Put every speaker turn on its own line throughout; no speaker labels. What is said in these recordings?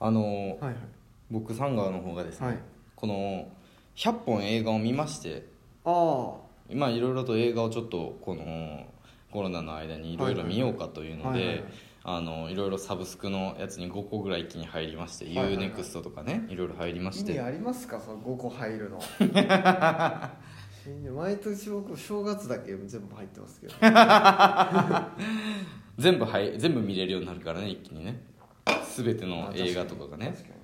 あの
はいはい
僕サンガーの方がですね、
はい
この100本映画を見まして
あ
今いろいろと映画をちょっとこのコロナの間にいろいろ見ようかというの
はいはいはい
であのいろいろサブスクのやつに5個ぐらい一気に入りまして、
はいはいはい
UNEXT とかねいろいろ入りま
あ意
し
味
て
ありますかその5個入 るの毎年僕正月だけ全部入ってますけど
全部入全部見れるようになるからね一気にね全ての映画とかがね
確かに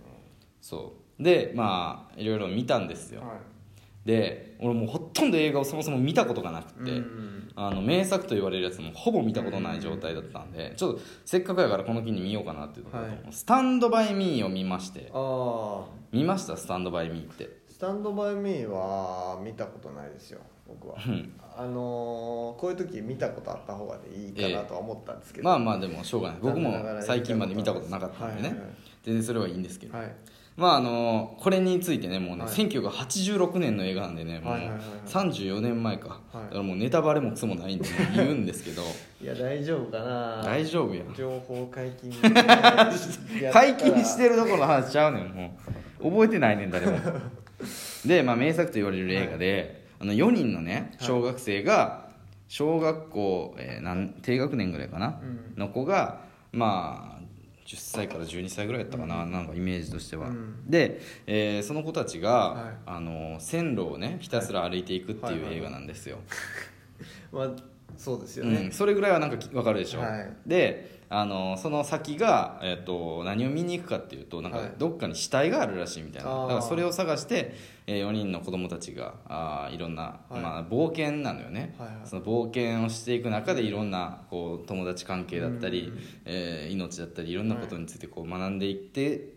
そうでまあいろいろ見たんですよ
ねは
で俺もうほとんど映画をそもそも見たことがなく
い
て、
うん
あの名作と言われるやつもほぼ見たことない状態だったんで、ちょっとせっかくやからこの機に見ようかなっていうところと、
はい
スタンドバイミーを見まして
ああ
見ましたスタンドバイミーって
スタンドバイミーは見たことないですよ僕は
うん
あのーこういう時見たことあった方がいいかなとは思ったんですけど、
まあまあでもしょうがない僕も
残念ながら
最近まで見たことなかったんでね、
はいはい
全然それはいいんですけど、
はい、はい
まああのこれについてねもうね、
はい
1986年の映画なんでねもう
はいはいはいはい
34年前か、
はい
だからもうネタバレもクソもないんで、ね、言うんですけ ど
いや大丈夫かな
大丈夫や
情報解 禁
解禁して
る
るどころの話ちゃうねんもう覚えてないねん誰もで、まあ、名作と言われる映画で、あの4人のね
はい
小学生が小学校、えーなん低学年ぐらいかな、
うん
の子がまあ10歳から12歳ぐらいやったかな、なんかイメージとしては、
うん
で、えーその子たちが、
はい
あの線路をねひたすら歩いていくってい
は
う
い
映画なんですよ、
まあそうですよ
うん、
ね、
それぐらいはなんかきわかるでしょ、
はい
であのその先が、えっと何を見に行くかっていうとなんか
はい
どっかに死体があるらしいみたいな、
あー
だからそれを探して、え4人の子供たちがあーいろんな、
はい
まあ、冒険なのよね、
はいはい
その冒険をしていく中でいろんなこう友達関係だったり、
うん
えー命だったりいろんなことについてこう学んでいって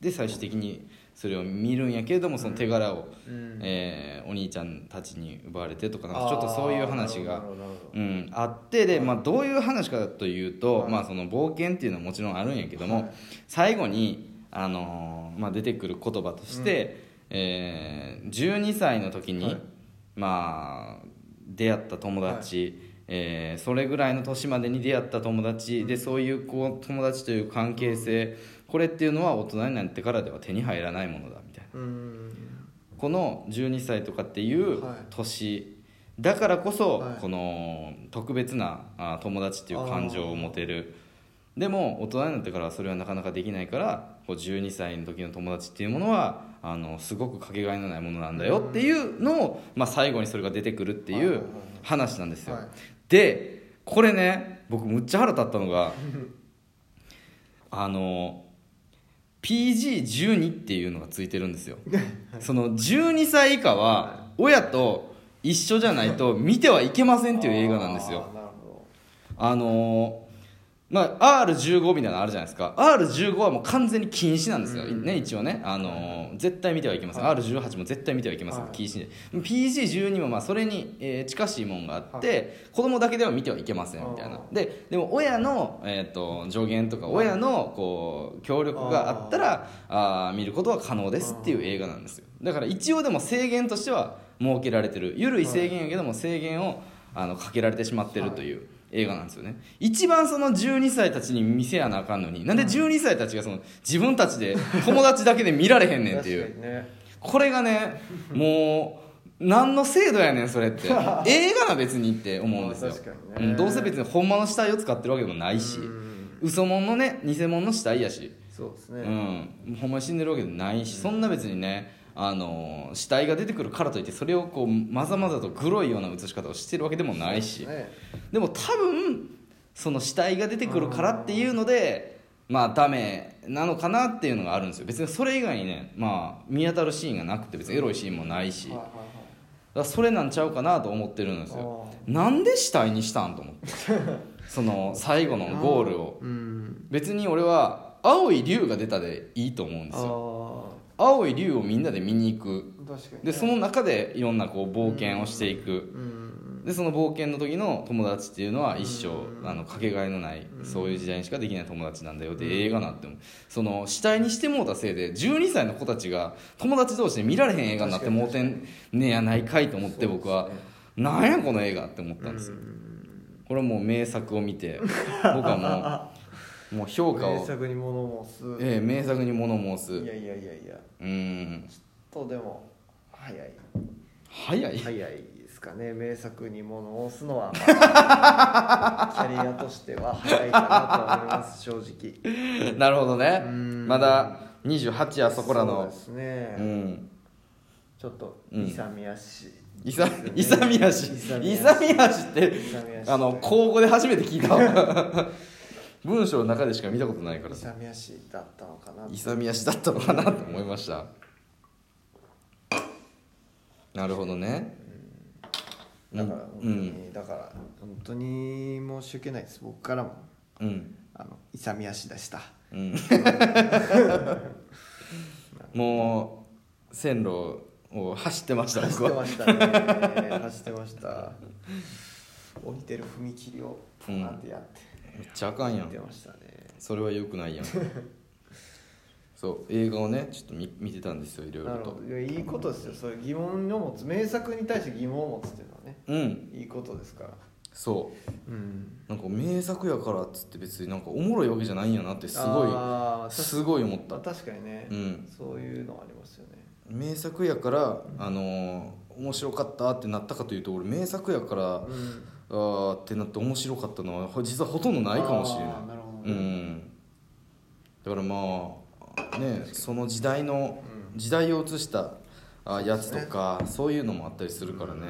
で最終的にそれを見るんやけれどもその手柄を、
うん
えーお兄ちゃんたちに奪われてとかなん
あ
か
ー
ちょっとそういう話が
なるほどなるほ
う
ど
ん、あってで、まあ、どういう話かというと、
はい
まあ、その冒険っていうのはもちろんあるんやけども、
はい
最後に、あのーまあ、出てくる言葉として、えー12歳の時に、
はい
まあ、出会った友達、えーそれぐらいの年までに出会った友達、でそういうこう友達という関係性、これっていうのは大人になってからでは手に入らないものだみたいな。
うん
この12歳とかっていう
はい
年だからこそ、
はい
この特別なあ友達っていう感情を持てるでも大人になってからはそれはなかなかできないからこう12歳の時の友達っていうものはあのすごくかけがえのないものなんだよっていうのを、まあ、最後にそれが出てくるってい
はいはいうはい
話なんですよ、
はい
でこれね僕むっちゃ腹立ったのがあの PG12 っていうのがついてるんですよその12歳以下は親と一緒じゃないと見てはいけませんっていう映画なんですよ
あーなるほ
あのーまあ R15 みたいなのあるじゃないですか R15 はもう完全に禁止なんですよ、
うん
ね一応ね、あのー絶対見てはいけません、R18 も絶対見てはいけません、
はい
禁止で PG12 もまあそれに、えー近しいもんがあって、子供だけでは見てはいけませんみたいな
あ
ででも親の、えー、と助言とか親のこう協力があったらあー見ることは可能ですっていう映画なんですよだから一応でも制限としては設けられてる緩い制限やけども制限をあのかけられてしまってるという映画なんですよね一番その12歳たちに見せやなあかんのになんで12歳たちがその自分たちで友達だけで見られへん
ど
ねんってい
確
う
かにね
これがねもう何の制度やねんそれって 映画な別にって思うんですよ
まあ確かにね
うんどうせ別に本物の死体を使ってるわけでもないし
うん
嘘物のね偽物の死体やし
そうです
う
ね、
ん、ほんまに死んでるわけでもないし、そんな別にね、あのー死体が出てくるからといってそれをこうまざまざと黒いような写し方をしてるわけでもないしで,、
ね
も多分その死体が出てくるからっていうのでまあダメなのかなっていうのがあるんですよ別にそれ以外にね、まあ、見当たるシーンがなくて別にエロいシーンもないし
はい
だ
は
か
いはい
らそれなんちゃうかなと思ってるんですよなんで死体にしたんと 思ってその最後のゴールを
うん
別に俺は青い竜が出たでいいと思うん
あ
ですよ
あ
青い竜をみんなで見に行く
ー確かにね
でその中でいろんなこう冒険をしていく
うん
でその冒険の時の友達っていうのは一生あのかけがえのないそういう時代にしかできない友達なんだよって映画なってもその死体にしてもうたせいで12歳の子たちが友達同士で見られへん映画になってもうてんねやないかいと思って僕は
そうですね
なんや この映画って思ったんですよこれはもう名作を見て僕はもうもう評価
名
を、
作に物申す
ええ名作に物申す
いやいやいやいや
うん
とでも早い
早い、
早いですかね名作に物申すのは、まあキャリアとしては早いかなと思います正直
なるほどね
うん
まだ28やそこら
そう
の
ですね、
うん
ちょっと
うん
勇み足
いさ勇み足
勇み足
勇み足って
勇み足
あの口語で初めて聞いた わ文章の中でしか見たことないから
勇み足だったのかな
勇み足だったのかなと思いましたなるほどね
だから本当に、
うん
だから本当に申し訳ないです僕からも
うん
あの勇み足でした
うん もう線路を走ってました
走
僕
って
は
ましたね走って ました降りてる踏切をポンってやって、
めっちゃあかんや
降りて
ん
ましたね
それはよくない やんそう映画をねちょっと見見てたんですよいろい
な
ろ
るほ
と
どいやいいことですよそういう疑問を持つ名作に対して疑問を持つっていうのはね
うん
いいことですから
そ
うん
うなんか名作やからっつって別になんかおもろいわけじゃないんやなってすごい
あー
すごい思った
確か確かにね、
うん
そういうのありますよね
名作やから、あのー面白かったってなったかというと俺名作やから、あ
うん
ーってなって面白かったのはほ実はほとんどないかもしれない
あーなるほ
う
どね
んだからまあねその時代の
う
時代を映したあやつとかそう,、いうのもあったりするからね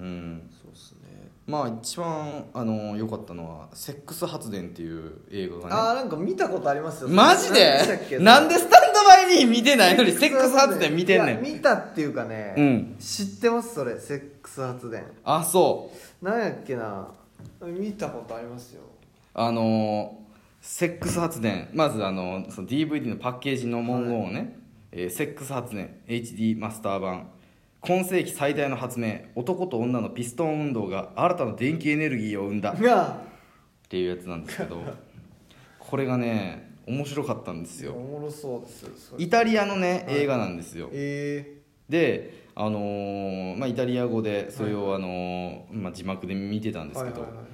うん、
そうですね
まあ一番あの良かったのは「セックス発電」っていう映画がね
あーなんか見たことありますよ
マジ
何したっけ
でなんでスタンドバイミー見てないのにセックス発電見てんね
いや
ん
見たっていうかね、
うん
知ってますそれセックス発電
あそう
なんやっけな見たことありますよ
あのーセックス発電まずあのーその DVD のパッケージの文言をね、えーセックス発電 HD マスター版今世紀最大の発明男と女のピストン運動が新たな電気エネルギーを生んだっ
が
ていうやつなんです けどこれがね面白かったんですよ
おもろそうですよそれ
イタリアのね映画なんですよ、
え
であのーまあ、イタリア語でそれを、あのーまあ、字幕で見てたん
ー、
ですけど、
はいはいはい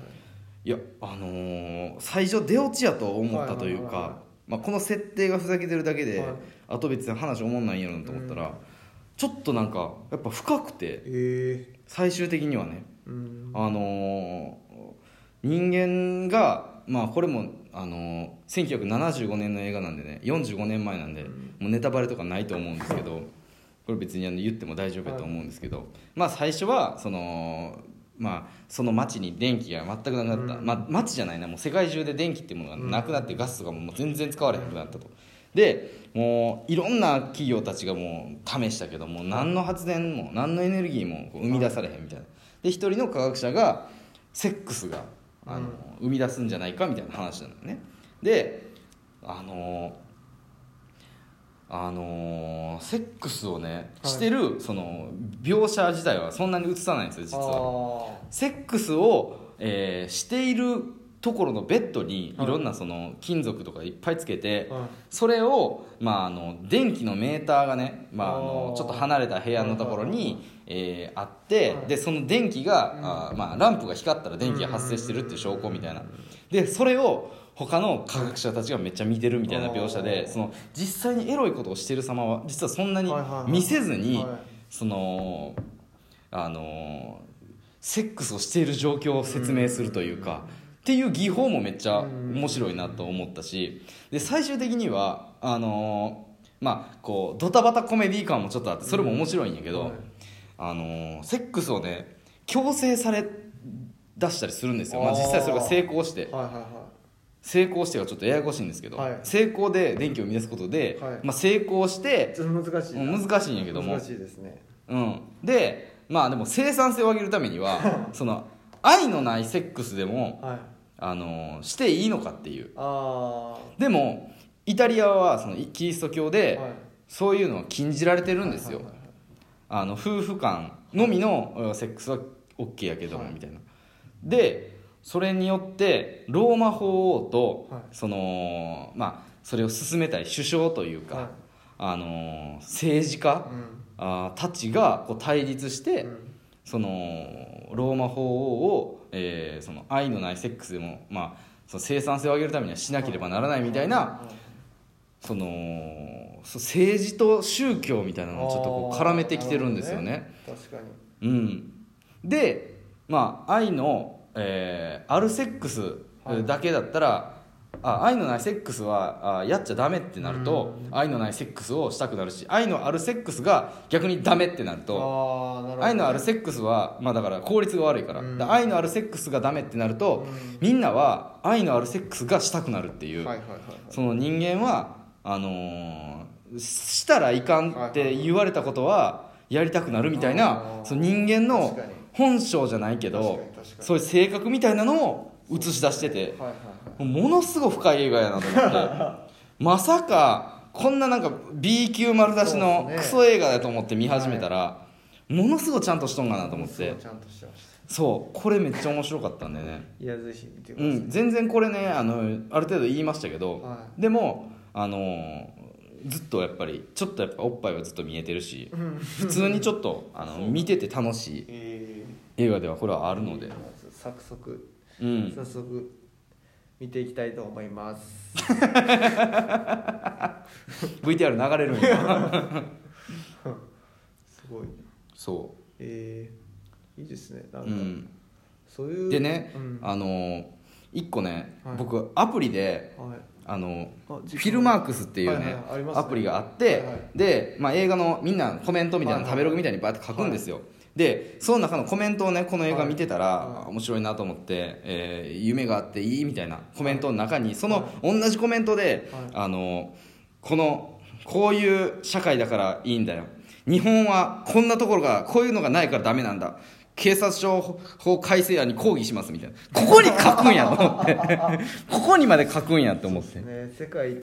いやあのー最初出落ちやと思ったという
はいはいはい
か
は
まあこの設定がふざけてるだけで、
はい
あと別に話おもんないんやろなと思ったら、ちょっとなんかやっぱ深くて
え
最終的にはね、
ー、うん
あのー人間がまあこれも、あのー1975年の映画なんでね45年前なんで、もうネタバレとかないと思うんですけどこれ別にあの言っても大丈夫やと思うんですけど、まあ最初はその。まあ、その町に電気が全くなくなった、まあ、町じゃないなもう世界中で電気っていうものがなくなってガスとかももう全然使われへんくなったとでもういろんな企業たちがもう試したけどもう何の発電も何のエネルギーもこう生み出されへんみたいなで一人の科学者がセックスがあの生み出すんじゃないかみたいな話なんだよねであのあのセックスをね
はい
してるその描写自体はそんなに映さないんですよ実は。
は
セックスを、えーしているところのベッドにい
はい
ろんなその金属とかいっぱいつけて、
はい
それを、まあ、あの電気のメーターがね、まあ、あの
あー
ちょっと離れた部屋のところ
はいはいは
に、えーあって、
はい
でその電気が、あーまあ、ランプが光ったら電気が発生してるっていう証拠みたいなでそれを他の科学者たちがめっちゃ見てるみたいな描写
あ
で
ー
その実際にエロいことをしてる様は実はそんなに
はいはいはい
見せずに、
はい
そのあのセックスをしている状況を説明するというか、っていう技法もめっちゃ面白いなと思ったしで最終的にはあのまあこうドタバタコメディ感もちょっとあってそれも面白いんやけど、
はい
あのセックスをね強制され出したりするんですよ、まあ、実際それが成功して
いはいは
成功してはちょっとややこしいんですけど、
はい
成功で電気を生み出すことで、
はい
まあ、成功し
い
て
ちょっと難しいな
うん難しいんやけども
難しいですね
うん、でまあでも生産性を上げるために はその愛のないセックスでも、
はい
あのしていいのかっていう
あ
でもイタリアはそのいキリスト教
ー
で、
はい
そういうのは禁じられてるんですよ、
はいはいはい
あの夫婦間のみのうんセックスは OK やけども、
はい
みたいなでそれによってローマ法王と、
はい
そのまあそれを進めたい首相というか、
はい
あの政治家、
うん
あーたちがこう対立して、
うん
そのローマ法王を、えーその愛のないセックスでも、まあ、その生産性を上げるためにはしなければならないみたいな
うんうん
そのそう政治と宗教みたいなのをちょっとこう絡めてきてるんですよ
あーな
ね。
るほど確かに
うん、で、まあ、愛の、えー、あるセックス
はい
だけだったら、あ愛のないセックスはあやっちゃダメってなると、愛のないセックスをしたくなるし愛のあるセックスが逆にダメってなると
あーなるほど
愛のあるセックスは、まあ、だから効率が悪いから,、
うん
だから愛のあるセックスがダメってなると、
うん
みんなは愛のあるセックスがしたくなるっていう、
はいはいはいはい
その人間はあのーしたらいかんって言われたことはやりたくなるみたい
あ
な
ー
その人間の
確かに
本性じゃないけど
確かに確かに
そういう性格みたいなのを映し出してて
はいはい
ものすごい深い映画やなと思ってまさかこんななんか B 級丸出し
そう
の
ですね
クソ映画だと思って見始めたらものすごいちゃんとしとんか
は
ないと思っ
す
て
ごいちゃんとしてました
そうこれめっちゃ面白かったんでね
いやぜひ見てく
う
ださい、
ん、全然これねあのある程度言いましたけど、
は
でもあのずっとやっぱりちょっとやっぱおっぱいはずっと見えてるし普通にちょっとあの見てて楽しい
え
映画ではこれはあるの
ー
で、
早速
うん、
早速見ていきたいと思います。
VTR 流れるんや
すごいな。
そ
えー、いいですね。な
う、
ん
う
か、
ん、
そういう
でね、
うん
あの一個ね、
はい
僕アプリで
はい。
あの
あ
フィルマークスっていうね,、
はいはいありますね
アプリがあって、
はいはい
で、まあ、映画のみんなコメントみたいなの食
はいはい
べログみたいにバーって書くんですよ、でその中のコメントをねこの映画見てたら、
はいはい
あ面白いなと思って、えー夢があっていいみたいなコメントの中にその同じコメントで、
はい
あのこのこういう社会だからいいんだよ日本はこんなところがこういうのがないからダメなんだ警察署法改正案に抗議 しますみたいなここに書くんやと思ってここにまで書くんやと思って
ね世界